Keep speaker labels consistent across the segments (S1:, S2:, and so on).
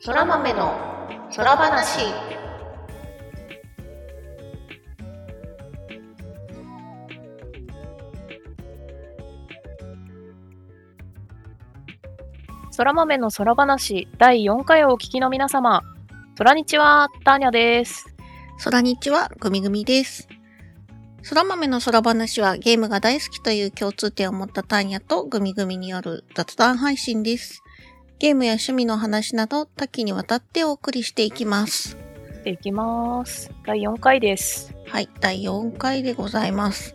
S1: そら豆の空話
S2: 空豆の空話第4回をお聞きの皆様、空日はターニャです。
S3: 空日はグミグミです。空豆の空話はゲームが大好きという共通点を持ったタンヤとグミグミによる雑談配信です。ゲームや趣味の話など多岐にわたってお送りしていきます。
S2: できます。第4回です。
S3: はい、第4回でございます。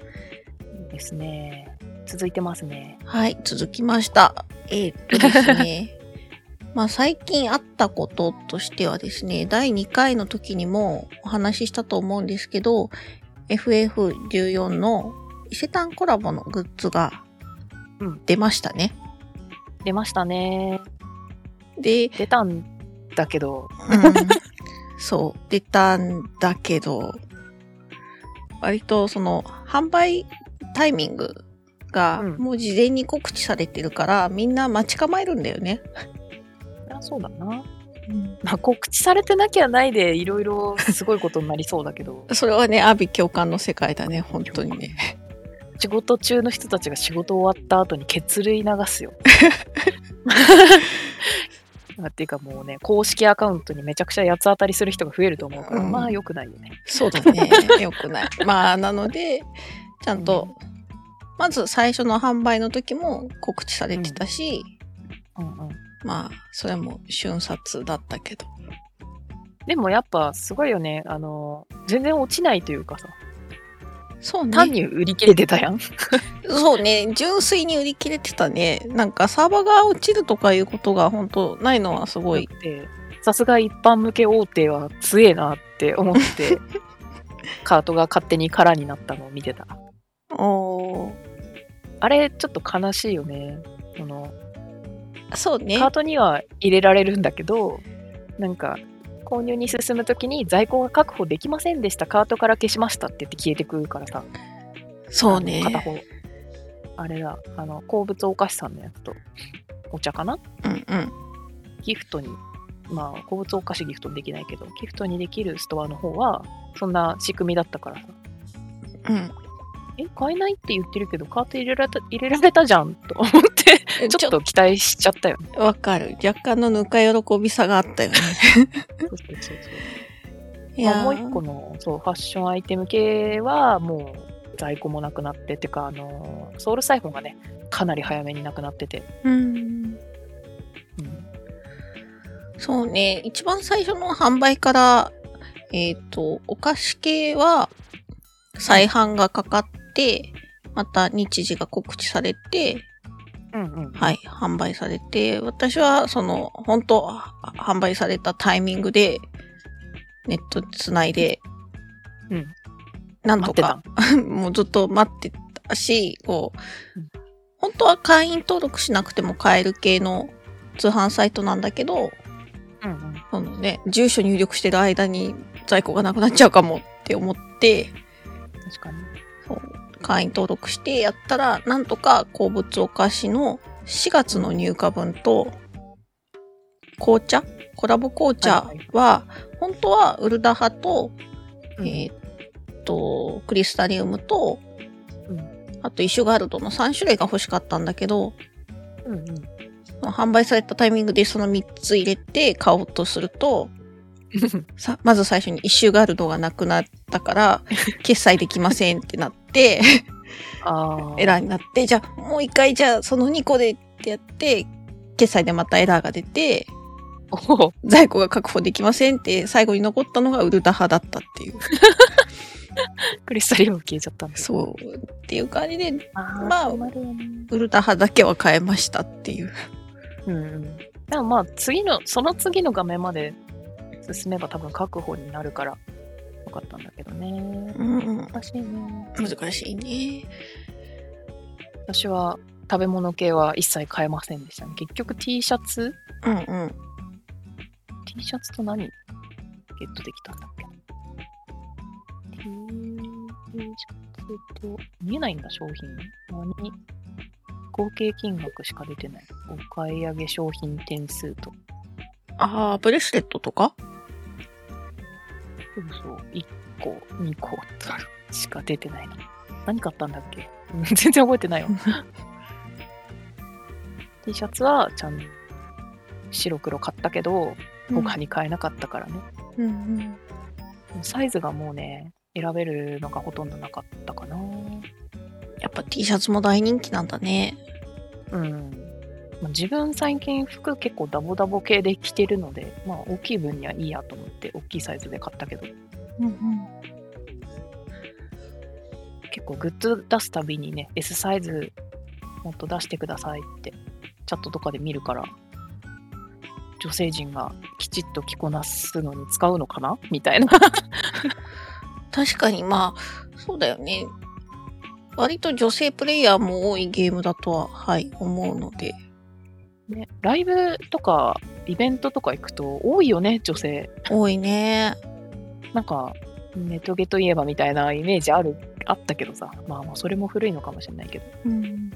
S2: いいですね。続いてますね。
S3: はい、続きました。えーっとですね。 まあ最近あったこととしてはですね、第2回の時にもお話ししたと思うんですけど、FF14 の伊勢丹コラボのグッズが
S2: うん
S3: 出ましたね。
S2: 出ましたね。
S3: で、
S2: 出たんだけど、
S3: うん、 そう、出たんだけど、割とその販売タイミングが
S2: うん
S3: もう事前に告知されてるから、みんな待ち構えるんだよね。、
S2: そりゃそうだな。まあ、告知されてなきゃないで、いろいろすごいことになりそうだけど
S3: それはね、阿ビ共感の世界だね、本当にね。
S2: 仕事中の人たちが仕事終わった後に血類流 すよ。っていうかもうね、公式アカウントにめちゃくちゃ八つ当たりする人が増えると思うから、
S3: うん
S2: まあ良くないよね。
S3: そうだね、 よくない。まあ、なので、ちゃんと、まず最初の販売の時も告知されてたし、
S2: うんうん
S3: まあ、それも瞬殺だったけど。
S2: でもやっぱすごいよね。あの、全然落ちないというかさ、
S3: そう
S2: 単
S3: ね。
S2: に売り切れてたやん。
S3: そうね。純粋に売り切れてたね。なんかサーバーが落ちるとかいうことが本当ないのはすごい。
S2: でさすが一般向け大手は強えなって思って、カートが勝手に空になったのを見てた。
S3: おー
S2: あれ、ちょっと悲しいよね。その、
S3: そうね
S2: カー。トには入れられるんだけど、なんか、購入に進むときに在庫が確保できませんでした、カートから消しましたって言って消えてくるからさ、
S3: そう
S2: あの片
S3: ね。
S2: 方。あれだ、あの、鉱物お菓子さんのやつと、お茶かな
S3: うんうん。
S2: ギフトに、まあ、鉱物お菓子ギフトにできないけど、ギフトにできるストアの方は、そんな仕組みだったからさ、
S3: うん。
S2: え、買えないって言ってるけど、カート入れられた入れられたじゃんと思って、 ちょっと期待しちゃったよね。
S3: とわかる。若干のぬか喜びさがあったよね。
S2: そうそうそう
S3: い
S2: まあ
S3: やー
S2: もう一個のそうファッションアイテム系は、もう在庫もなくなって、てか、あのーソウルサイフォンがね、かなり早めになくなってて、
S3: うん。
S2: うん
S3: そうね。一番最初の販売から、えっ、と、お菓子系は再販がかかって、また日時が告知されて、
S2: うんうん
S3: はい、販売されて、私はその、本当は販売されたタイミングで、ネットつないで、
S2: うん。
S3: なんと
S2: 待ってた
S3: か、。 もうずっと待ってたし、こう
S2: うん、
S3: 本当は会員登録しなくても買える系の通販サイトなんだけど、
S2: うんうん
S3: そのね、住所入力してる間に在庫がなくなっちゃうかもって思って、
S2: 確かに。
S3: 会員登録してやったら、なんとか鉱物お菓子の4月の入荷分と、紅茶コラボ紅茶
S2: はいはい
S3: は、本当はウルダハと、
S2: うん
S3: えーっと、クリスタリウムと、
S2: うん
S3: あとイシュガルドの3種類が欲しかったんだけど、
S2: うんうん
S3: 販売されたタイミングでその3つ入れて買おうとすると、さまず最初にイシュガルドがなくなった から、決済できませんってな って、
S2: ああ。
S3: エラーになって、じゃあもう一回じゃあその2個でってやって、決済でまたエラーが出て、
S2: おお
S3: 在庫が確保できませんって最後に残ったのがウルダ派だったって いう。
S2: クリスタリウム消えちゃったんです。
S3: そう。っていう感じで、
S2: あー
S3: まあ
S2: 困るよね
S3: ウルダ派だけは変えましたっていう。
S2: うんうん。でもまあ、次の、その次の画面まで進めば多分確保になるから、よかったんだけどね。
S3: うんうん。
S2: 難しいね。
S3: 難しいね。
S2: 私は食べ物系は一切買えませんでしたね。結局 T シャツ
S3: うんうん。
S2: ?T シャツと何ゲットできたんだっけ T, ?T シャツと、見えないんだ、商品。何合計金額しか出てない。お買い上げ商品点数と。
S3: ああ、ブレスレットとか
S2: そうそう、1個、2個しか出てないな。何買ったんだっけ 全然覚えて ないわ。T シャツはちゃんと白黒買ったけど、他に買えなかったからね。
S3: うんうん。
S2: サイズがもうね、選べるのがほとんどなかったかな。
S3: やっぱ T シャツも大人気なんだね。
S2: うん。まあ自分最近服結構ダボダボ系で着てるので、まあ大きい分にはいいやと思って大きいサイズで買ったけど、
S3: うんうん。
S2: 結構グッズ出すたびにね S サイズもっと出してくださいってチャットとかで見るから女性陣がきちっと着こなすのに使うのかなみた いな
S3: 確かにまあ、そうだよね。割と女性プレイヤーも多いゲームだとは、はい、思うので。
S2: ねライブとかイベントとか行くと多いよね女性
S3: 多いね。
S2: なんかネトゲといえばみたいなイメージあるあったけどさまあまあそれも古いのかもしれないけど
S3: うん。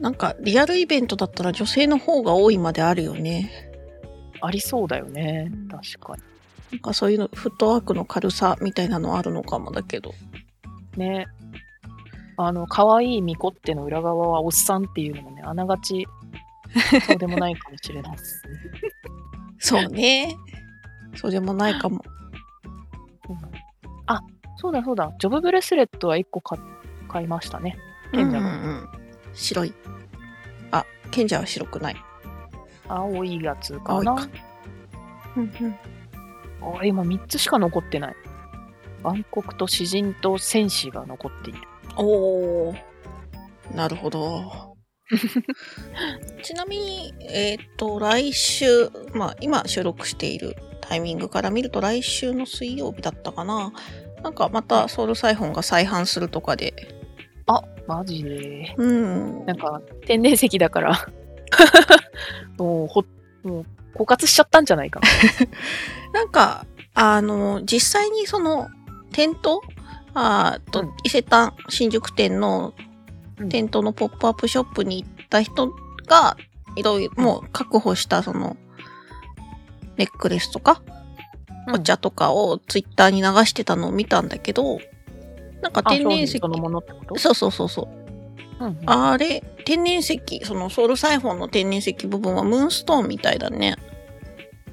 S3: なんか、リアルイベントだったら女性の方が多いまであるよね。
S2: ありそうだよね
S3: うん
S2: 確かに
S3: なんかそういうの、フットワークの軽さみたいなのあるのかもだけど。
S2: ねあの可愛い巫女っての裏側はおっさんっていうのもねあながちそうでもないかもしれないです ね
S3: そうね。そうでもないかも。
S2: あそうだそうだジョブブレスレットは1個買買いましたね賢者
S3: うんう
S2: が
S3: んうん、白い。あ、賢者は白くない。
S2: 青いやつか
S3: 青い
S2: な
S3: か。うんうん。
S2: あ今3つしか残ってない暗黒と詩人と戦士が残っている
S3: おー。なるほど。 ちなみに、えっ、と、来週、まあ、今収録しているタイミングから見ると、来週の水曜日だったかな。なんか、またソウルサイフォンが再販するとかで。
S2: あマジで
S3: うん。
S2: なんか天然石だから もうほもう枯渇しちゃったんじゃないかな
S3: なんか、あの、実際にその、店頭あーと、
S2: うん
S3: 伊勢丹新宿店の
S2: うん
S3: 店頭のポップアップショップに行った人が、いろいろ、もう確保したその、ネックレスとか、
S2: うん
S3: お茶とかをツイッターに流してたのを見たんだけど、なんか
S2: あ
S3: 天然
S2: 商
S3: 石
S2: 品、そのものってこと
S3: そうそうそうそう。
S2: うんうん
S3: あれ、天然石、そのソウルサイフォンの天然石部分はムーンストーンみたいだね。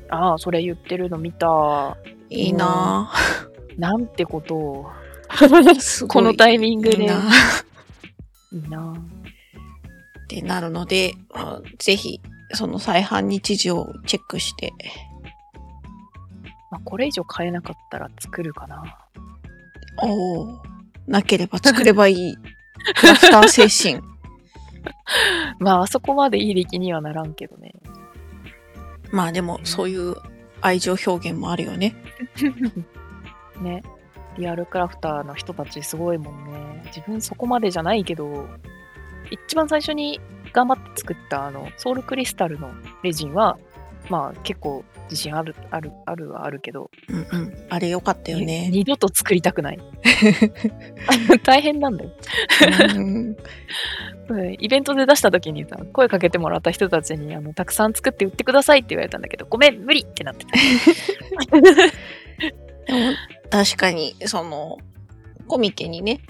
S2: ああそれ言ってるの見た
S3: いいなぁ。
S2: なんてことを
S3: すご
S2: こ
S3: い
S2: のタイミングで
S3: いいなぁ
S2: いいな
S3: ってなるので、まあぜひ、その再販日時をチェックして。
S2: まあ、これ以上買えなかったら作るかな。
S3: おお。なければ作ればい い。クラフター精神。
S2: まあ、あそこまでいい出来にはならんけど ね。
S3: まあでも、そういう愛情表現もあるよね。
S2: ね。リアルクラフターの人たちすごいもんね。自分そこまでじゃないけど、一番最初に頑張って作ったあの、ソウルクリスタルのレジンは、まあ結構自信ある、ある、あるはあるけど、
S3: うんうん。あれよかったよね。
S2: 二度と作りた くない。大変なんだよ。
S3: うん
S2: うんイベントで出した時にさ声かけてもらった人たちにあのたくさん作って売ってくださいって言われたんだけどごめん無理ってなってた
S3: でも、確かに、その、コミケにね、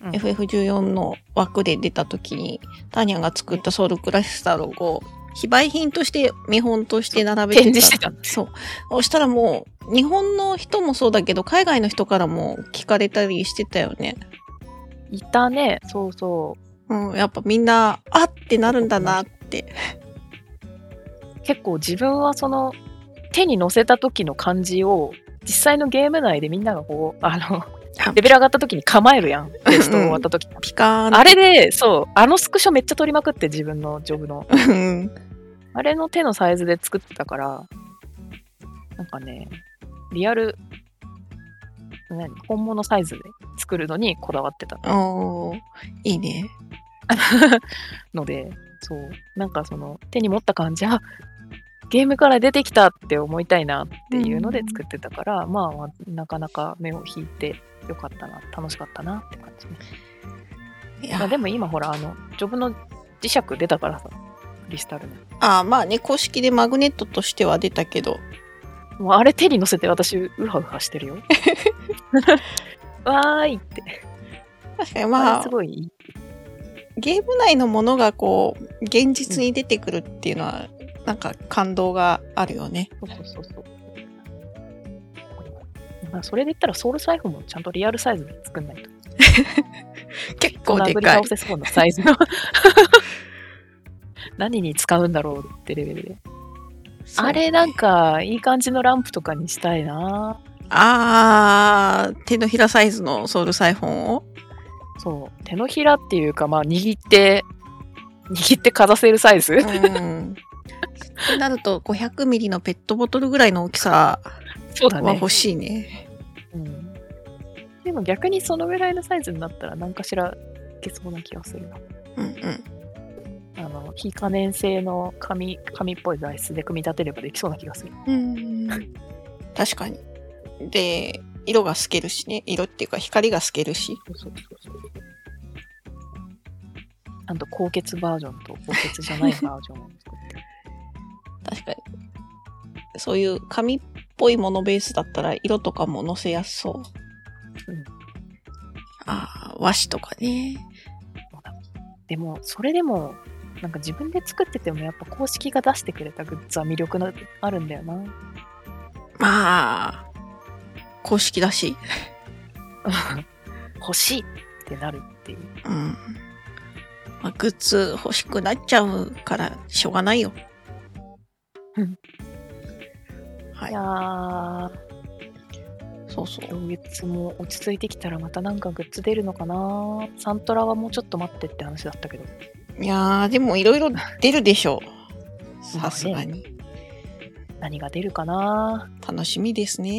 S2: うん
S3: FF14 の枠で出た時に、タニャが作ったソウルクラスタロゴを、非売品として、見本として並べて
S2: 展示してたんです
S3: そう。そしたらもう、日本の人もそうだけど、海外の人からも聞かれたりしてたよね。
S2: いたねそうそ
S3: うん、やっぱみんな、あってなるんだなって。
S2: う結構自分はその手に乗せた時の感じを実際のゲーム内でみんながこうあ
S3: あ
S2: のレベル上がった時に構えるやんテスト終わった時
S3: ピカーン
S2: あれでそうあのスクショめっちゃ撮りまくって自分のジョブの
S3: うん。
S2: あれの手のサイズで作ってたから、なんかね、リアル、何本物サイズで作るのにこだわってた
S3: おーいいね。
S2: ので、そう、なんかその手に持った感じ、あゲームから出てきたって思いたいなっていうので
S3: うん
S2: 作ってたから、まあまあ、なかなか目を引いてよかったな、楽しかったなって感じね。
S3: い
S2: まあ
S3: や、
S2: でも今ほら、あの、ジョブの磁石出たからさ、クリスタルの。
S3: ああ、まあね、公式でマグネットとしては出たけど、
S2: もうあれ手に乗せて私、ウハウハして るよ。わーいって。
S3: 確かに
S2: ま
S3: ま
S2: あ、
S3: あ
S2: す、ごいいい。
S3: ゲーム内のものがこう、現実に出てくるっていうのは、なんか感動があるよね。
S2: そうそうそうそう。まあ、それで言ったらソウルサイフもちゃんとリアルサイズで作んないと。
S3: 結構
S2: こう
S3: で
S2: 殴り
S3: かい
S2: 倒。せそうなサイズの。 何に使うんだろうってレベルで。
S3: そう
S2: あれなんか、いい感じのランプとかにしたいな。
S3: あー、手のひらサイズのソウルサイフォンを
S2: そう。手のひらっていうか、まあ、握って、握ってかざせるサイズ、
S3: うん。ってなると、500ミリのペットボトルぐらいの大きさ
S2: そうだ
S3: は
S2: ね。
S3: 欲しいね。
S2: うんでも逆にそのぐらいのサイズになったら何かしらいけそうな気がするな。
S3: うんうん。
S2: あの非可燃性の紙紙っぽい材質で組み立てればできそうな気がする。
S3: うん。確かに。で、色が透けるしね。色っていうか光が透けるし。
S2: そうそうそうそうちゃんと高潔バージョンと高潔じゃないバージョンを作って。
S3: 確かに。そういう紙っぽいものベースだったら色とかも載せやすそう。
S2: うん
S3: ああ、和紙とかね。
S2: でもそれでもなんか自分で作っててもやっぱ公式が出してくれたグッズは魅力なあるんだよな。
S3: まあ、公式だし。
S2: 欲しいってなるっていう。
S3: うん。まあ、グッズ欲しくなっちゃうからしょうがないよ
S2: うん。
S3: はい
S2: い
S3: い。
S2: やー、
S3: そうそう。
S2: 今月も落ち着いてきたらまたなんかグッズ出るのかなサントラはもうちょっと待ってって話だったけど
S3: いやー、でもいろいろ出るでしょう。さすがに。
S2: 何が出るかな
S3: 楽しみですね。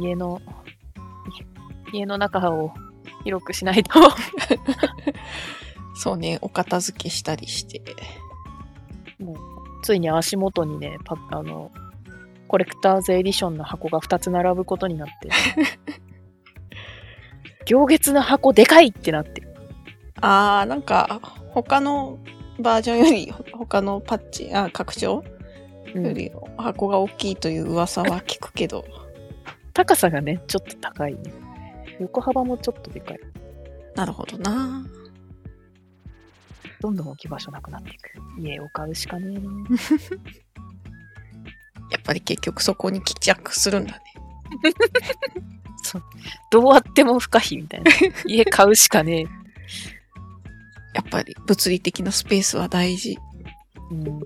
S2: 家のい家の中を広くしないと
S3: そうね、お片付けしたりして。
S2: もうついに足元にねパあのコレクターズエディションの箱が2つ並ぶことになって行月の箱でかいってなって
S3: あー、なんか、他のバージョンより、ほ他のパッチ、あ、拡張
S2: うん
S3: より箱が大きいという噂は聞くけど、
S2: 高さがねちょっと高いね横幅もちょっとでかい
S3: なるほどな。
S2: どんどん置き場所なくなっていく家を買うしかねえな
S3: やっぱり結局そこに帰着するんだね。
S2: どうあっても不可避みたい な。家買うしかね
S3: やっぱり物理的なスペースは大事。
S2: え。うん、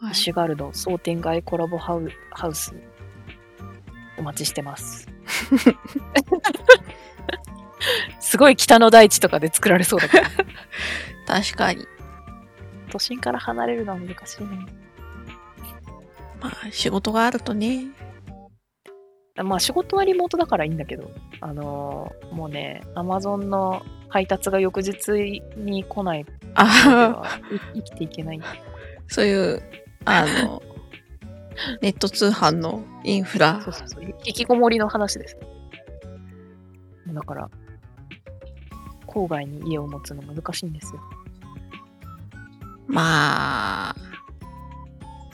S3: は
S2: シュガルド商店街コラボハウハウス、お待ちして ます。すごい北の大地とかで作られそうだけど、
S3: 確かに。
S2: 都心から離れるのは難しいね。
S3: まあ、仕事があるとね。
S2: まあ仕事はリモートだからいいんだけど、あのーもうね、アマゾンの配達が翌日に来ない限り
S3: あ
S2: はい生きていけない。
S3: あ、 そういう、あ の、ネット通販のインフラ
S2: そ。うそうそう。引きこもりの話です。だから、郊外に家を持つの難しいんですよ。
S3: まあ、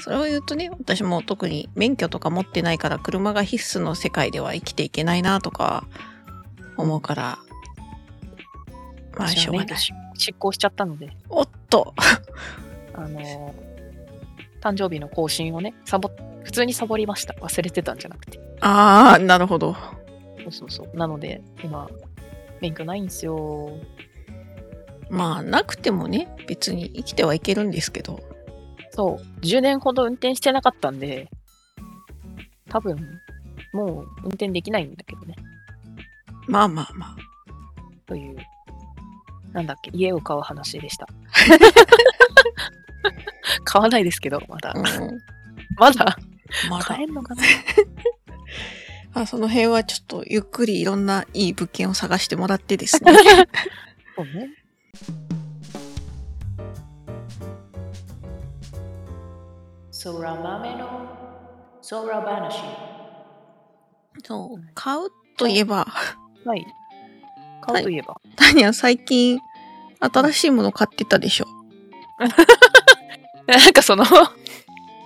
S3: それを言うとね、私も特に免許とか持ってないから、車が必須の世界では生きていけないなとか思うから、まあ、
S2: 私
S3: しょ
S2: は
S3: うがな
S2: 免許
S3: い。
S2: し執行しちゃったので、
S3: おっと、
S2: あのー誕生日の更新をね、サボ、普通にサボりました。忘れてたんじゃなくて。
S3: ああ、なるほど。
S2: そうそうそう。なので、今、免許ないんですよ。
S3: まあ、なくてもね、別に生きてはいけるんですけど。
S2: そう。10年ほど運転してなかったんで、多分、もう運転できないんだけどね。
S3: まあまあまあ。
S2: という、なんだっけ、家を買う話でした。 買わないですけど、まだ。
S3: うん、
S2: まだ
S3: まだ
S2: 買えんのかな
S3: あその辺はちょっとゆっくりいろんないい物件を探してもらってです ね。
S2: そうね。
S1: 空豆の空話
S3: そう、買うといえば、
S2: はい。買うといえば。
S3: タニア最近新しいもの買ってたで しょ。
S2: なんかそ の、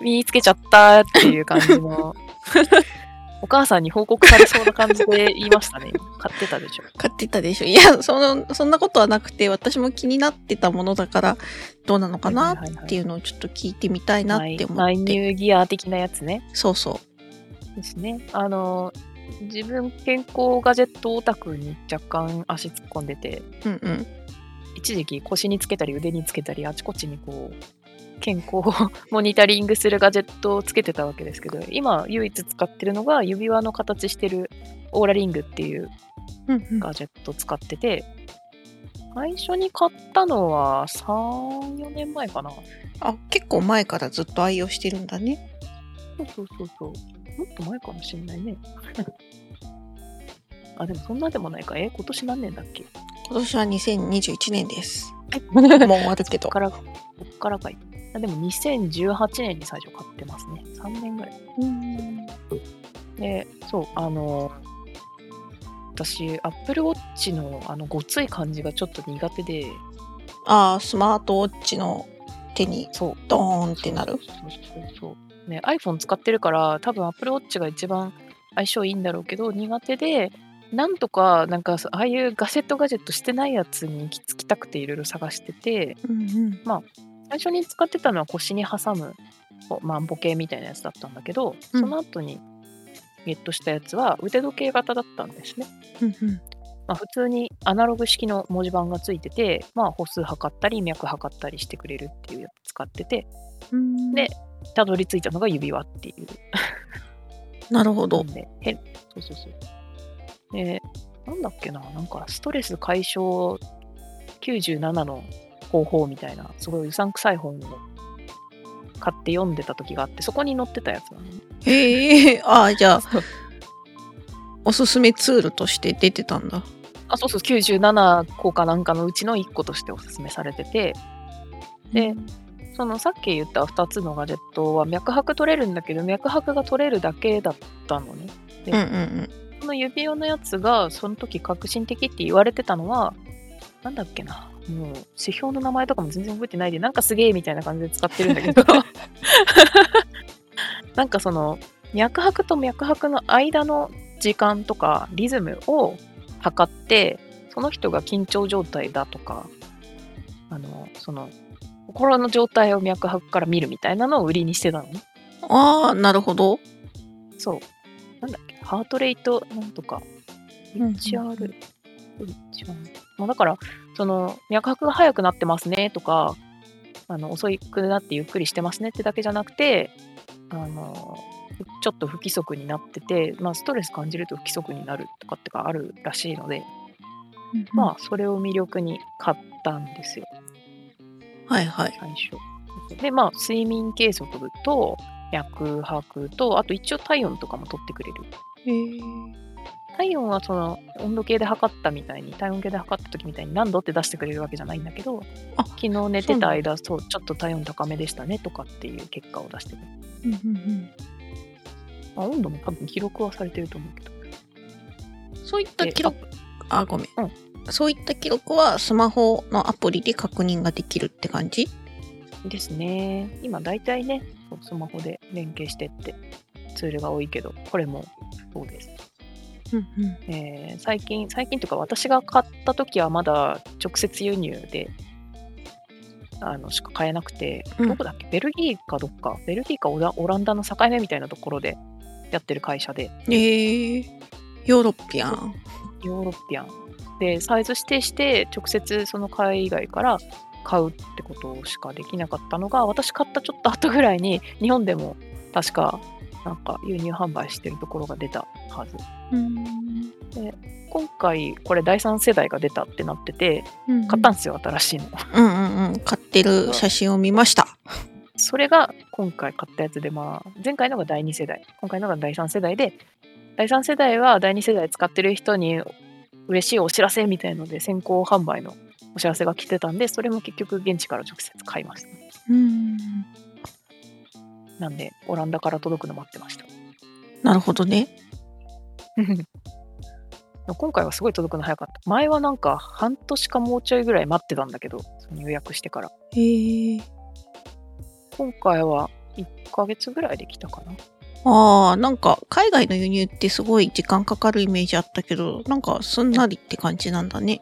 S2: 見つけちゃったっていう感じ の、お母さんに報告されそうな感じで言いましたね。買ってたでし ょ。
S3: 買ってたでしょ。いや、その、そんなことはなくて、私も気になってたものだから、どうなのかな
S2: はいはいはいはい
S3: っていうのをちょっと聞いてみたいなって思
S2: マイ
S3: っ
S2: マイ
S3: て。
S2: ニューギア的なやつね。
S3: そうそう。
S2: ですね。あの、自分健康ガジェットオタクに若干足突っ込んでて、
S3: うんうん。
S2: 一時期腰につけたり腕につけたりあちこちにこう健康をモニタリングするガジェットをつけてたわけですけど今唯一使ってるのが指輪の形してるオーラリングっていう
S3: うんうん、
S2: ガジェット使ってて最初に買ったのは34年前かな
S3: あ、結構前からずっと愛用してるんだね。
S2: そうそうそうそうもっと前かもしれないね あでもそんなでもないかえ今年何年だっけ
S3: 今年は2021年です。も
S2: も
S3: う
S2: う
S3: 終わるけ
S2: こ
S3: ど
S2: っ。から、こっからかい。あでも2018年に最初買ってますね。3年ぐらい。で、そう、あの、私、Apple Watch のあのごつい感じがちょっと苦手で、
S3: ああ、スマートウォッチの手に
S2: そう。
S3: ドーンってなる。
S2: そうそうそうそうね、iPhone 使ってるから、多分 Apple Watch が一番相性いいんだろうけど、苦手で、なんとか、なんか、ああいうガジェットガジェットしてないやつに行き着きたくていろいろ探してて、
S3: うんうん。
S2: 最初に使ってたのは腰に挟むこうマンボ系みたいなやつだったんだけど、
S3: うん
S2: その後にゲットしたやつは腕時計型だったんですね、
S3: うんうん。
S2: まあ、普通にアナログ式の文字盤がついてて、まあ、歩数測ったり脈測ったりしてくれるっていうやつ使っててでたどり着いたのが指輪っていう
S3: なるほど。
S2: でへそうそうそうでなんだっけななんかストレス解消97の方法みたいなすごいうさんくさい本を買って読んでた時があってそこに載ってたやつなのね
S3: へえ、ああ、じゃあ、おすすめツールとして出てたんだ。
S2: あそうそう97個かなんかのうちの1個としておすすめされててでそのさっき言った2つのガジェットは脈拍取れるんだけど脈拍が取れるだけだったのね
S3: うん うん
S2: この指輪のやつがその時革新的って言われてたのはなんだっけなもう指標の名前とかも全然覚えてないでなんかすげえみたいな感じで使ってるんだ けどなんかその脈拍と脈拍の間の時間とかリズムを測ってその人が緊張状態だとかあのその心の状態を脈拍から見るみたいなのを売りにしてたのね。
S3: うん。ああ、なるほど。
S2: そう。なんだっけ、ハートレイトなんとか、
S3: うんうん
S2: HR、HR まあ、だから、その、脈拍が速くなってますねとか、あの遅くなってゆっくりしてますねってだけじゃなくて、あの、ちょっと不規則になってて、まあ、ストレス感じると不規則になるとかってかあるらしいので、まあ、それを魅力に買ったんですよ。
S3: あ。はいはい。
S2: 最初。で、まあ、睡眠計測と、脈拍と、あと一応体温とかも取ってくれる。体温はその温度計で測ったみたいに体温計で測った時みたいに何度って出してくれるわけじゃないんだけど
S3: あ
S2: 昨日寝てた間そうちょっと体温高めでしたねとかっていう結果を出してくれる、
S3: うんうん
S2: まあ、温度も多分記録はされてると思うけど
S3: うんそういった
S2: で
S3: 記録、あ、ごめん,、
S2: う
S3: そういった記録はスマホのアプリで確認ができるって感じ
S2: ですね今大体ねそうスマホで連携してってツールが多いけどこれもそうです、
S3: うんうん。
S2: えー最近最近というか私が買った時はまだ直接輸入であのしか買えなくて、
S3: うん
S2: どこだっけベルギーかどっかベルギーかオラオランダの境目みたいなところでやってる会社で
S3: ええヨーロッピアン。
S2: ヨーロッピアンでサイズ指定して直接その海外から買うってことしかできなかったのが私買ったちょっと後ぐらいに日本でも確かなんか輸入販売してるところが出たはず
S3: うん。
S2: 今回これ第3世代が出たってなってて
S3: うん
S2: 買ったんですよ新しいの
S3: うんうんうん。買ってる写真を見ました。
S2: それが今回買ったやつで、まあ、前回のが第2世代、今回のが第3世代で、第3世代は第2世代使ってる人に嬉しいお知らせみたいので、先行販売のお知らせが来てたんで、それも結局現地から直接買いました。
S3: うん。
S2: なんで、オランダから届くの待ってました。
S3: なるほどね。
S2: 今回はすごい届くの早かった。前はなんか半年かもうちょいぐらい待ってたんだけど、その予約してから。
S3: へえ。
S2: 今回は1ヶ月ぐらいで来たかな。
S3: ああ、なんか海外の輸入ってすごい時間かかるイメージあったけど、なんかすんなりって感じなんだね。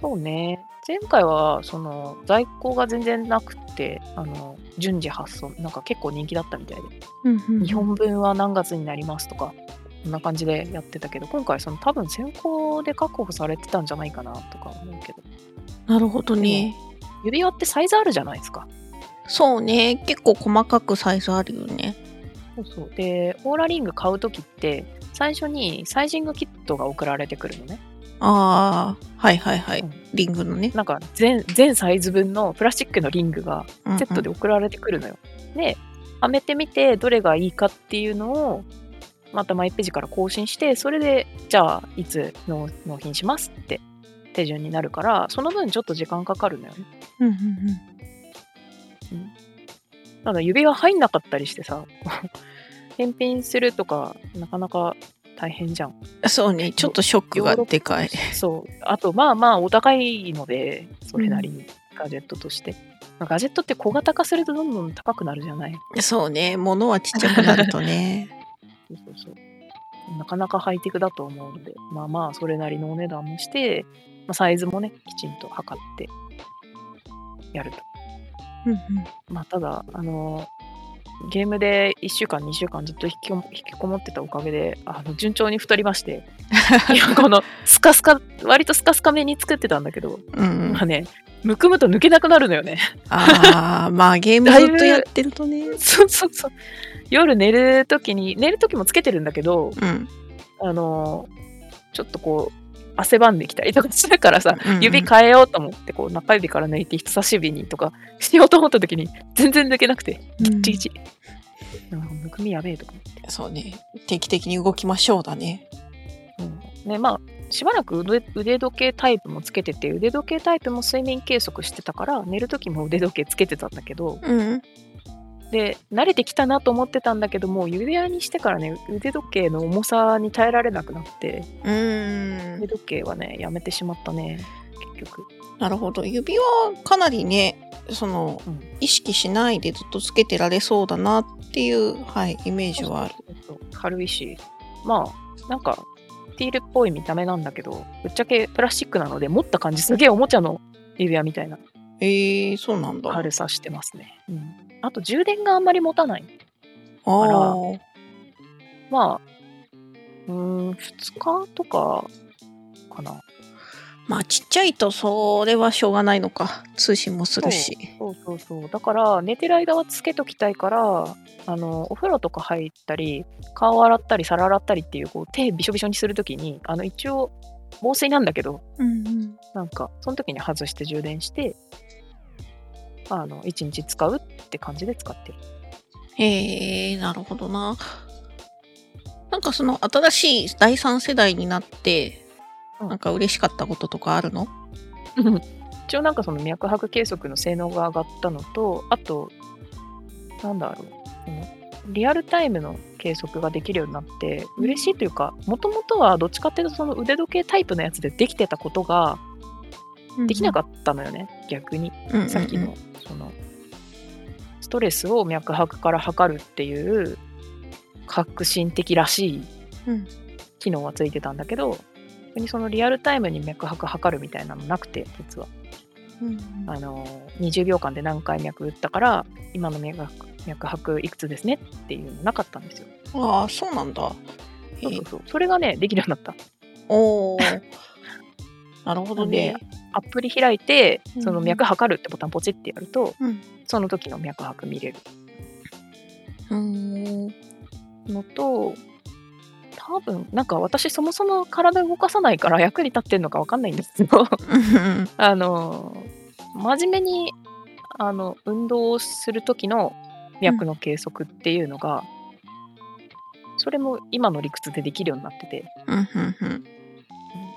S2: そうね。前回はその在庫が全然なくて、あの、順次発送、なんか結構人気だったみたいで。
S3: うんうん
S2: 日本分は何月になりますとかこんな感じでやってたけど今回その多分先行で確保されてたんじゃないかなとか思うけど
S3: なるほどね。
S2: 指輪ってサイズあるじゃないですか
S3: そうね。結構細かくサイズあるよね。
S2: そうそうでオーラリング買う時って最初にサイジングキットが送られてくるのね
S3: ああ、はいはいはい。
S2: うん
S3: リングのね。
S2: なんか全全サイズ分のプラスチックのリングが
S3: うんうん
S2: セットで送られてくるのよ、ではめてみてどれがいいかっていうのをまたマイページから更新してそれでじゃあいつ納納品しますって手順になるからその分ちょっと時間かかるのよね
S3: うんうんうん
S2: ただ指輪入んなかったりしてさ 返品するとかなかなか大変じゃん
S3: そうね。ちょっとショックがでかい。
S2: そうあとまあまあお高いのでそれなりにガジェットとして、まあガジェットって小型化するとどんどん高くなるじゃない
S3: そうね。物はちっちゃくなるとね。
S2: そうそうそうなかなかハイテクだと思うのでまあまあそれなりのお値段もして、まあ、サイズもねきちんと測ってやると
S3: うんうん
S2: まあただあのゲームで1週間2週間ずっと引きこも引きこもってたおかげであの順調に太りまして 今このスカスカ割とスカスカめに作ってたんだけど
S3: うんうん
S2: 今ねむくむと抜けなくなるのよね
S3: ああ、まあゲームずっとやってるとね。
S2: そうそうそう夜寝る時に寝る時もつけてるんだけど
S3: うん。
S2: あのちょっとこう汗ばんできたりとかするからさ
S3: うんうん
S2: 指変えようと思ってこう中指から抜いて人差し指にとかしようと思った時に全然抜けなくて
S3: うん
S2: ちぎちなんかむくみやべえとか思って
S3: そうね。定期的に動きましょうだね。
S2: うんでまあしばらく腕腕時計タイプもつけてて腕時計タイプも睡眠計測してたから寝る時も腕時計つけてたんだけど
S3: うん。
S2: で慣れてきたなと思ってたんだけどもう指輪にしてからね腕時計の重さに耐えられなくなって
S3: うん
S2: 腕。時計はねやめてしまったね結局
S3: なるほど。指はかなりね、その
S2: うん、
S3: 意識しないでずっとつけてられそうだなっていう、はい、イメージはある。
S2: そうそう軽いしまあなんかティールっぽい見た目なんだけどぶっちゃけプラスチックなので持った感じすげえおもちゃの指輪みたいな
S3: ええそうなんだ。
S2: 軽さしてますね、うん、あと充電があんまり持たない
S3: あ
S2: あら
S3: あ。
S2: まあうーん2日とかかな
S3: まあ、ちっちゃいと、それはしょうがないのか。通信もするし。
S2: そうそうそうだから寝てる間はつけときたいからあのお風呂とか入ったり顔洗ったり皿洗ったりっていうこう手びしょびしょにするときにあの一応防水なんだけど
S3: うんうん。
S2: なんか、その時に外して充電して、あの、一日使うって感じで使ってる。
S3: へえなるほどな。なんかその新しい第三世代になって、
S2: うん
S3: なんか嬉しかったこととかあるの
S2: 一応なんかその脈拍計測の性能が上がったのと、あと、なんだろう、そのリアルタイムの計測ができるようになって、嬉しいというか、もともとはどっちかっていうとその腕時計タイプのやつでできてたことができなかったのよね、逆に。
S3: うんうんうん
S2: さっきのそのストレスを脈拍から測るっていう革新的らしい
S3: うん
S2: 機能はついてたんだけど逆にそのリアルタイムに脈拍測るみたいなのなくて実は
S3: うん
S2: あの20秒間で何回脈打ったから今の脈拍脈拍いくつですねっていうのなかったんですよ。
S3: ああ、そうなんだ。へ
S2: そう
S3: え
S2: そうそうそれがねできるようになった。
S3: おお。 なるほどね。
S2: アプリ開いて
S3: うん
S2: その脈測るってボタンポチってやると、
S3: うん
S2: その時の脈拍見れる。
S3: うーん。
S2: のと多分なんか私そもそも体動かさないから役に立ってんのかわかんないんですけど あの真面目にあの運動をする時の脈の計測っていうのが、それも今の理屈でできるようになってて
S3: うんうんうん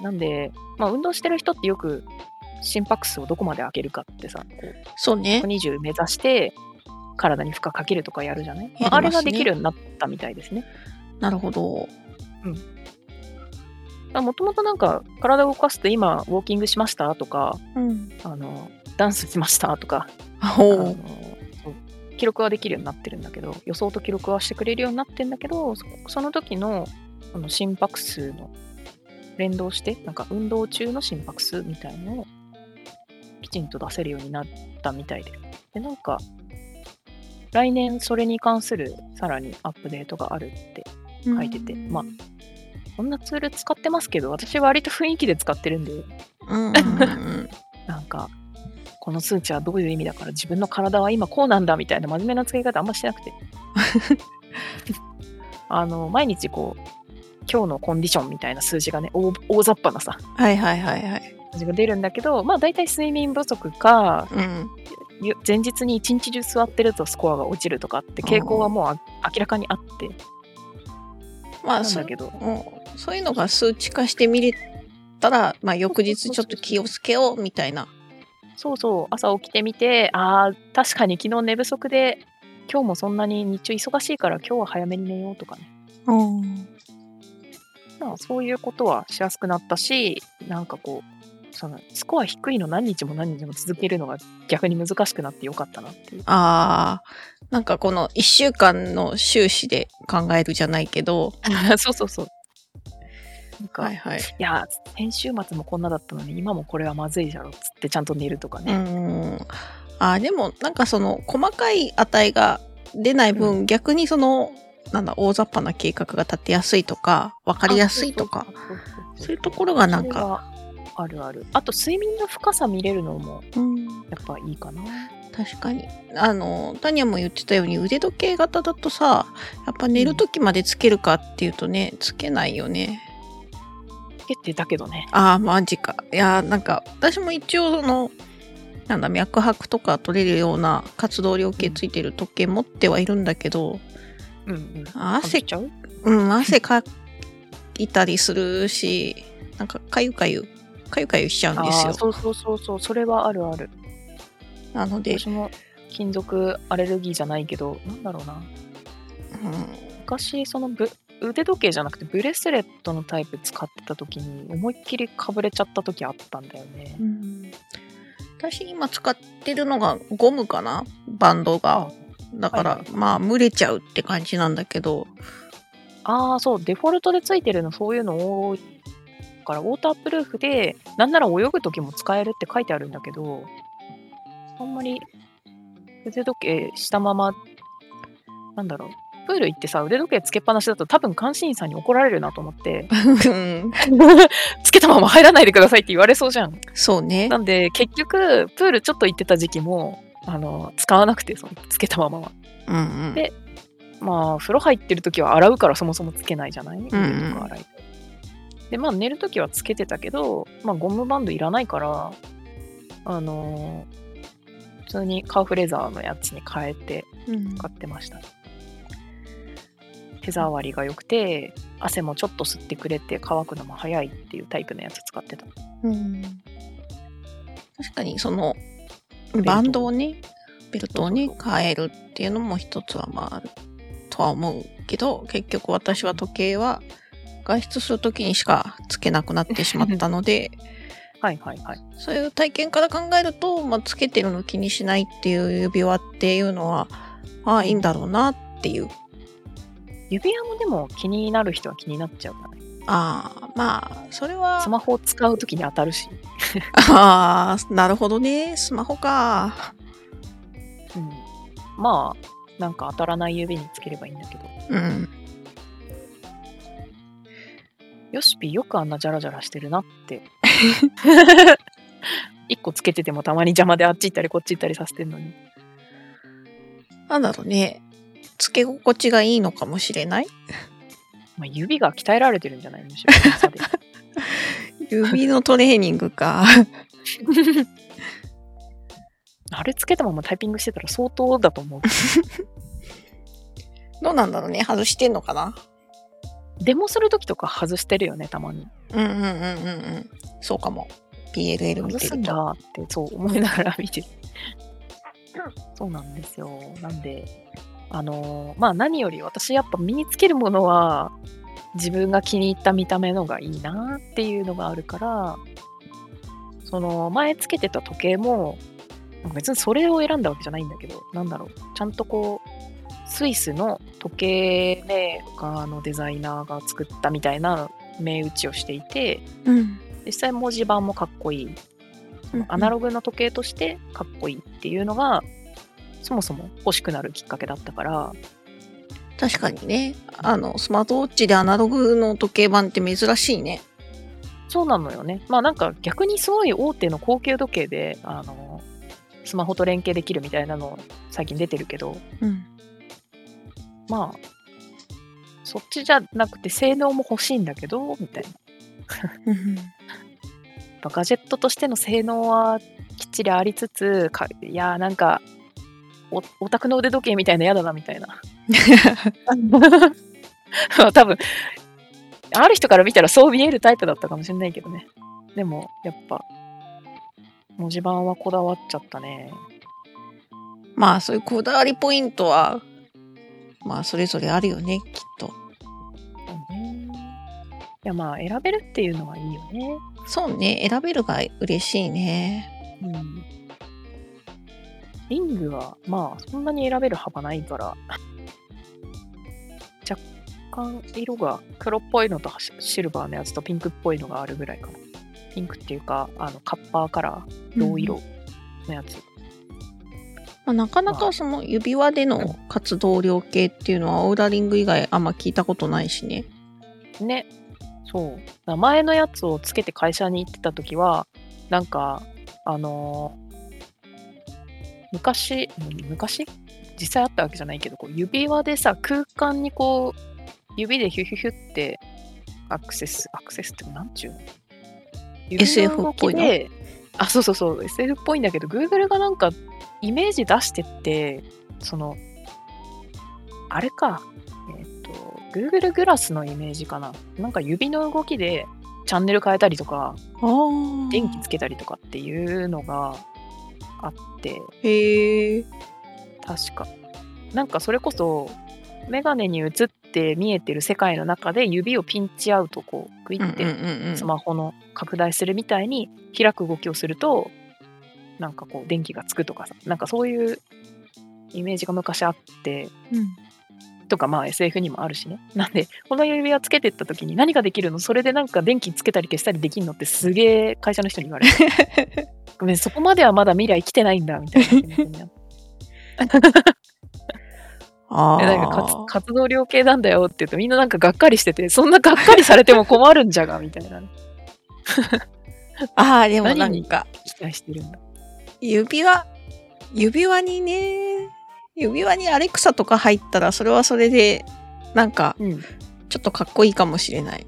S2: なんで、まあ、運動してる人ってよく心拍数をどこまで上げるかってさこう
S3: そうね。
S2: 120目指して体に負荷かけるとかやるじゃない、ま
S3: やりますね
S2: ああれができるようになったみたいですね。
S3: なるほど。
S2: もともとなんか、体を動かすと今、ウォーキングしましたとか、
S3: うん。
S2: あの、ダンスしましたとか、あ
S3: お
S2: の
S3: う。
S2: そう記録はできるようになってるんだけど予想と記録はしてくれるようになってるんだけどそその時のあの心拍数の連動してなんか運動中の心拍数みたいのをきちんと出せるようになったみたいででなんか来年それに関するさらにアップデートがあるって書いててまあこんなツール使ってますけど私は割と雰囲気で使ってるんで
S3: うんうんうん
S2: なんか、この数値はどういう意味だから、自分の体は今こうなんだみたいな真面目な使い方あんましてな くて。あの、毎日こう、今日のコンディションみたいな数字がね、大大雑把なさ、
S3: はいはいはいはい。
S2: 数字が出るんだけど、まあ大体睡眠不足か、
S3: うん。
S2: ゆ前日に一日中座ってるとスコアが落ちるとかって傾向はもうあ明らかにあって、
S3: まあ
S2: なん
S3: そ
S2: だけど、
S3: うんそういうのが数値化してみれたら、まあ翌日ちょっと気をつけようみたいな。
S2: そうそう、朝起きてみて、ああ、確かに昨日寝不足で、今日もそんなに日中忙しいから今日は早めに寝ようとかね。
S3: うん。
S2: まあ、そういうことはしやすくなったし、なんかこう、そのスコア低いの何日も何日も続けるのが逆に難しくなってよかったなっていう。
S3: ああ、なんかこの一週間の収支で考えるじゃないけど、
S2: そうそうそう。なんか、
S3: はい
S2: い、
S3: はい。
S2: や、先週末もこんなだったのに、今もこれはまずいじゃろっつってちゃんと寝るとか
S3: う
S2: ね。
S3: ん。あーでもなんかその細かい値が出ない分、逆にそのなんだ大雑把な計画が立てやすいとか分かりやすいとか
S2: あ。そうそうそうそう
S3: そういうところがなんか、
S2: それがあるある。あと、睡眠の深さ見れるのも
S3: うん、
S2: やっぱいいかな。
S3: 確かにあのタニアも言ってたように腕時計型だとさやっぱ寝る時までつけるかっていうとねつけないよね。
S2: 決定だけどね。
S3: ああマジかいやーなんか私も一応そのなんだ脈拍とか取れるような活動量計ついてる時計持ってはいるんだけど
S2: うんうん。
S3: 汗
S2: かぶっちゃう
S3: うん、汗かいたりするし、なんかかゆかゆ、かゆかゆしちゃうんです
S2: あー
S3: よ。
S2: そうそうそうそう。それはあるある。
S3: なので、
S2: 私も金属アレルギーじゃないけどなんだろうな
S3: うん、
S2: 昔そのブ腕時計じゃなくてブレスレットのタイプ使ってた時に思いっきりかぶれちゃった時あったんだよね、
S3: 私今使ってるのがゴムかなバンドが。だから、
S2: はいはい
S3: まあ、蒸れちゃうって感じなんだけ ど、
S2: ああそうデフォルトでついてるのそういうの多いからウォータープルーフでなんなら泳ぐ時も使えるって書いてあるんだけどあんまり腕時計したままなんだろうプール行ってさ腕時計つけっぱなしだと多分監視員さんに怒られるなと思って
S3: うん
S2: つけたまま入らないでくださいって言われそうじゃん。
S3: そうね
S2: な。んで結局プールちょっと行ってた時期もあの使わなくてそのつけたままは。
S3: うんうん
S2: でまあ風呂入ってる時は洗うからそもそもつけないじゃない腕と
S3: うん
S2: か洗いでまあ寝る時はつけてたけど、まあ、ゴムバンドいらないからあの普通にカーフレザーのやつに変えて
S3: うん
S2: 買ってました手触りが良くて汗もちょっと吸ってくれて乾くのも早いっていうタイプのやつ使ってた
S3: うん確かにそのバンドをねベルトをね
S2: そうそう
S3: 変えるっていうのも一つはまああるとは思うけど結局私は時計は外出する時にしかつけなくなってしまったの で
S2: はいはいはい
S3: そういう体験から考えると、まあ、つけてるの気にしないっていう指輪っていうのはああいいんだろうなっていう
S2: 指輪もでも気になる人は気になっちゃうからね
S3: ああまあそれは
S2: スマホを使う時に当たるし、
S3: ああなるほどねスマホか
S2: うん、まあなんか当たらない指につければいいんだけど
S3: うん
S2: よしぴよくあんなジャラジャラしてるなって 一個つけててもたまに邪魔であっち行ったりこっち行ったりさせてんのに
S3: なんだろうね。つけ心地がいいのかもしれない。
S2: まあ、指が鍛えられてるんじゃないむしろ朝 で
S3: 指のトレーニング か。
S2: あれつけたままタイピングしてたら相当だと思う
S3: どうなんだろうね。外してんのかな。
S2: デモする時とか外してるよねたまに
S3: うんうんうんうんうん。そうかも。PLL 見
S2: 外
S3: て
S2: す
S3: る
S2: ん
S3: と。
S2: だってそう思いながら見てるそうなんですよなんであのーまあ何より私やっぱ身につけるものは自分が気に入った見た目のがいいなっていうのがあるからその前つけてた時計も別にそれを選んだわけじゃないんだけどなんだろうちゃんとこうスイスの時計メーカーのデザイナーが作ったみたいな銘打ちをしていて
S3: うん。
S2: 実際文字盤もかっこいいアナ
S3: ロ
S2: ログの時計としてかっこいいっていうのがそもそも欲しくなるきっかけだったから
S3: グ。確かにね。あの、スマートウォッチでアナログの時計盤って珍しいね。
S2: そうなのよねまあなんか逆にすごい大手の高級時計であのスマホと連携できるみたいなの最近出てるけど
S3: うん。
S2: まあそっちじゃなくて性能も欲しいんだけどみたいな
S3: うん
S2: やっぱガジェットとしての性能はきっちりありつつかいやーなんかおオタクの腕時計みたいなやだなみたいな多分ある人から見たらそう見えるタイプだったかもしれないけどねでもやっぱ文字盤はこだわっちゃったね
S3: まあ、そういうこだわりポイントは、まあ、それぞれあるよね、きっと。
S2: いやまあ選べるっていうのはいいよね
S3: そうね、選べるが嬉しいね。
S2: うんリングは、まあ、そんなに選べる幅ないから、 若干色が黒っぽいのとシシルバーのやつとピンクっぽいのがあるぐらいかな。ピンクっていうか、あの、カッパーカラー、銅
S3: う
S2: 色
S3: ん
S2: のやつ。
S3: まあ、なかなかその指輪での活動量系っていうのは、オーダーリング以外あんま聞いたことないしね。
S2: ね。そう。だから前のやつをつけて会社に行ってた時は、なんか、あのー昔、うん昔実際あったわけじゃないけど、こう指輪でさ、空間にこう、指でヒュヒュヒュってアクセス、アクセスってなんちゅうの
S3: SF っぽいの
S2: 指の動きであ、そうそうそう、SF っぽいんだけど、Google がなんかイメージ出してって、その、あれか、えっ、と、Google グラスのイメージかな。なんか指の動きでチャンネル変えたりとか、
S3: ああ。
S2: 電気つけたりとかっていうのがあって、
S3: へえ。
S2: 確か。なんかそれこそ、メガネに映って見えてる世界の中で指をピンチアウト、こう、グイ
S3: うんう
S2: っ
S3: んう
S2: て
S3: んうん。
S2: スマホの拡大するみたいに開く動きをするとなんかこう電気がつくとかさなんかそういうイメージが昔あって
S3: うん
S2: とかまあ SF にもあるしねなんでこの指輪つけてった時に何ができるのそれでなんか電気つけたり消したりできるのってすげえ会社の人に言われる ごめんそこまではまだ未来来てないんだみたいな気持ちになって
S3: あ
S2: で
S3: あ。
S2: なんか活活動量系なんだよって言うとみんななんかがっかりしててそんながっかりされても困るんじゃがみたいな
S3: ああ、でもな
S2: 何
S3: ん
S2: に
S3: か、
S2: 期待してるんだ
S3: 指輪、指輪にね、指輪にアレクサとか入ったら、それはそれで、なんか、
S2: うん
S3: ちょっとかっこいいかもしれない。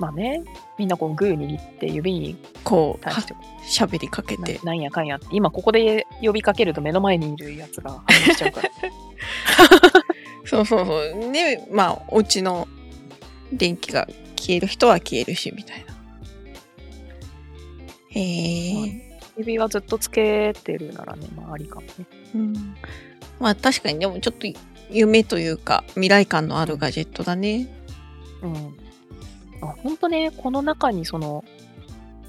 S2: まあね、みんなこうグー握って指に
S3: こう、
S2: 対して
S3: 喋りかけ
S2: な
S3: て。
S2: なんやかんやって今ここで呼びかけると目の前にいるやつが反応しちゃうから
S3: そうそうそう。ね、まあ、お家の電気が消える人は消えるし、みたいな。へ
S2: は
S3: え。
S2: 指はずっとつけてるならね、まあ、ありかもね。
S3: うんまあ、確かに、でもちょっと夢というか、未来感のあるガジェットだね。
S2: うん。あ、ほんとね、この中にその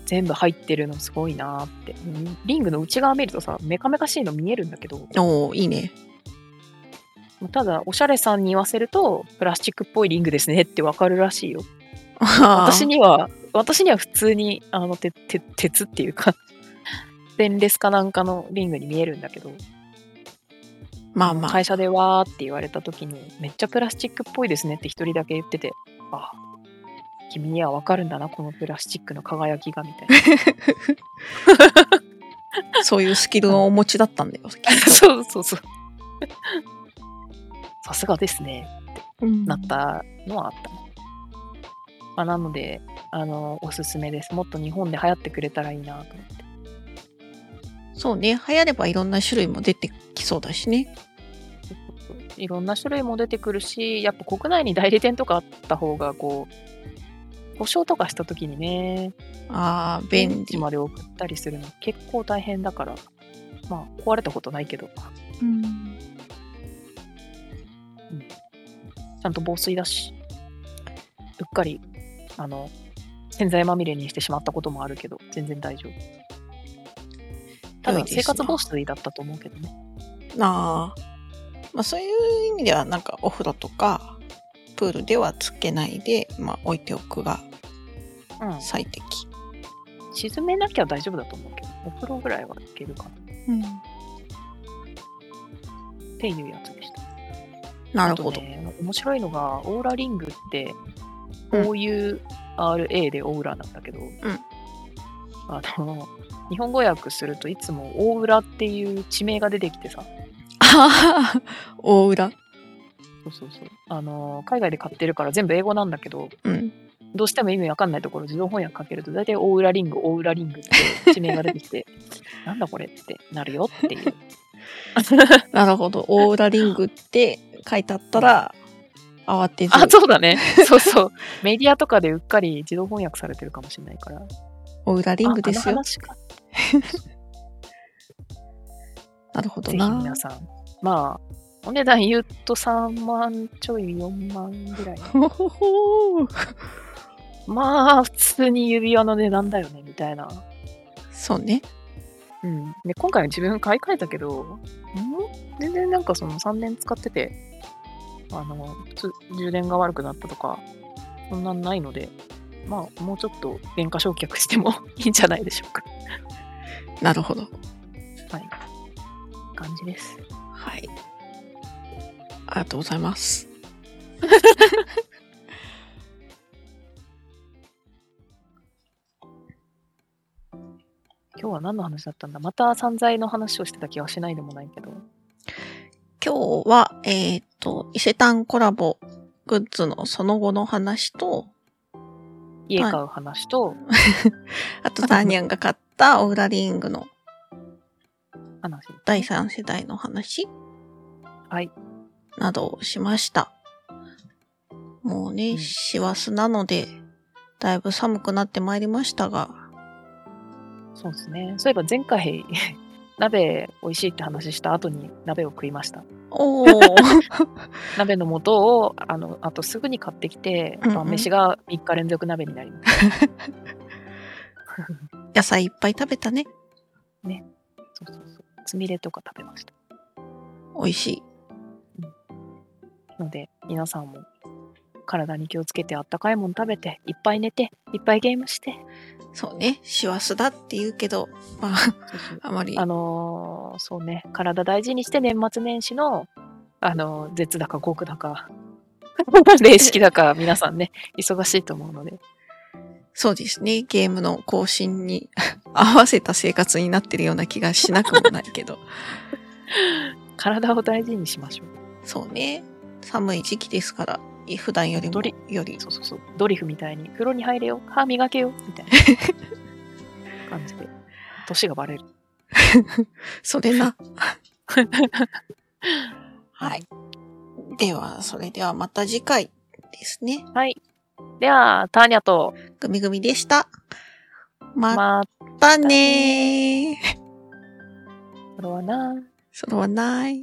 S2: 全部入ってるのすごいなーって。うんリングの内側見るとさ、メカメカしいの見えるんだけど、
S3: おおいいね。
S2: ただおしゃれさんに言わせるとプラスチックっぽいリングですねってわかるらしいよ。私
S3: 私
S2: には私には普通にあのてて鉄っていうか ステンレスかなんかのリングに見えるんだけど
S3: まあまあ
S2: 会社でわーって言われた時にめっちゃプラスチックっぽいですねって一人だけ言っててあ君にはわかるんだなこのプラスチックの輝きがみたいな
S3: そういうスキルをお持ちだったんだよ。
S2: そうそうそうさすがですね
S3: うん
S2: なったのはあったね、まあ、なのであのおすすめですもっと日本で流行ってくれたらいいなと思って。
S3: そうね。流行ればいろんな種類も出てきそうだしね。
S2: いろんな種類も出てくるし、やっぱ国内に代理店とかあった方が、こう、故障とかした時にね、
S3: ああ、便利。
S2: まで送ったりするの結構大変だから、まあ、壊れたことないけど、ち
S3: うん
S2: ゃんと防水だし、うっかりあの洗剤まみれにしてしまったこともあるけど全然大丈夫多
S3: 良い
S2: 分
S3: ですね
S2: 生活防水だったと思うけどね
S3: あーまあそういう意味ではなんかお風呂とかプールではつけないで、まあ、置いておくが
S2: う
S3: 最適、
S2: ん沈めなきゃ大丈夫だと思うけどお風呂ぐらいはいけるかなっていうやつでした
S3: なるほど、
S2: あとね、面白いのがオーラリングって
S3: うん
S2: こういう RA でオーラなんだけど、あの日本語訳するといつもオーラっていう地名が出てきてさ
S3: ああ 大裏
S2: そうそうそうあの海外で買ってるから全部英語なんだけど
S3: うん
S2: どうしても意味わかんないところ自動翻訳かけると大体オーラリングオーラリングって地名が出て きてなんだこれってなるよっていう
S3: なるほど大裏リングって書いてあったら慌てず
S2: あそうだねそうそうメディアとかでうっかり自動翻訳されてるかもしれないから
S3: 大裏リングです
S2: ああの
S3: よ
S2: 話か
S3: なるほど
S2: ぜひ
S3: な
S2: 皆さんまあお値段言うと3万ちょい4万ぐらい
S3: ほほほー
S2: まあ普通に指輪の値段だよねみたいな
S3: そうね
S2: うん、で今回は自分買い替えたけど、ん全然なんかその3年使っててあのつ充電が悪くなったとかそんなんないのでまあもうちょっと電化焼却しても いいんじゃないでしょうか
S3: なるほど
S2: はい感じです
S3: はいありがとうございます
S2: 今日は何の話だったんだまた散財の話をしてた気はしないでもないけど
S3: 今日は、えっ、と、伊勢丹コラボグッズのその後の話と、
S2: 家買う話と、
S3: あとターニャンが買ったオーラリングの
S2: 話
S3: 第3世代の話
S2: はい
S3: などをしました。もう
S2: うん
S3: ね、師走なので、だいぶ寒くなってまいりましたが、
S2: そうですねそういえば前回 鍋美味しいって話した後に鍋を食いました
S3: おー
S2: 鍋の素をあのあとすぐに買ってきて、
S3: うんうん
S2: 晩飯が3日連続鍋になりました。
S3: 野菜いっぱい食べたね。
S2: そうそうそうつみれとか食べました。
S3: 美味しい。
S2: ので皆さんも体に気をつけてあったかいもの食べていっぱい寝ていっぱいゲームして
S3: そうね、師走だって言うけど、まあ、
S2: そうそう
S3: あまり
S2: あのーそうね体大事にして年末年始のあのー絶だか極だか礼式だか皆さんね忙しいと思うので
S3: そうですね。ゲームの更新に 合わせた生活になってるような気がしなくもない けど。
S2: 体を大事にしましょう。
S3: そうね。寒い時期ですから、い普段よりも
S2: どれ、
S3: より。
S2: そうそうそうドリフみたいに風呂に入れよ歯磨けよ みたいな感じで年がバレる
S3: それ な。はい。では、それではまた次回ですね。
S2: はいではターニャと
S3: グミグミでした。ま
S2: まあ
S3: たねー。
S2: これはな
S3: それはない。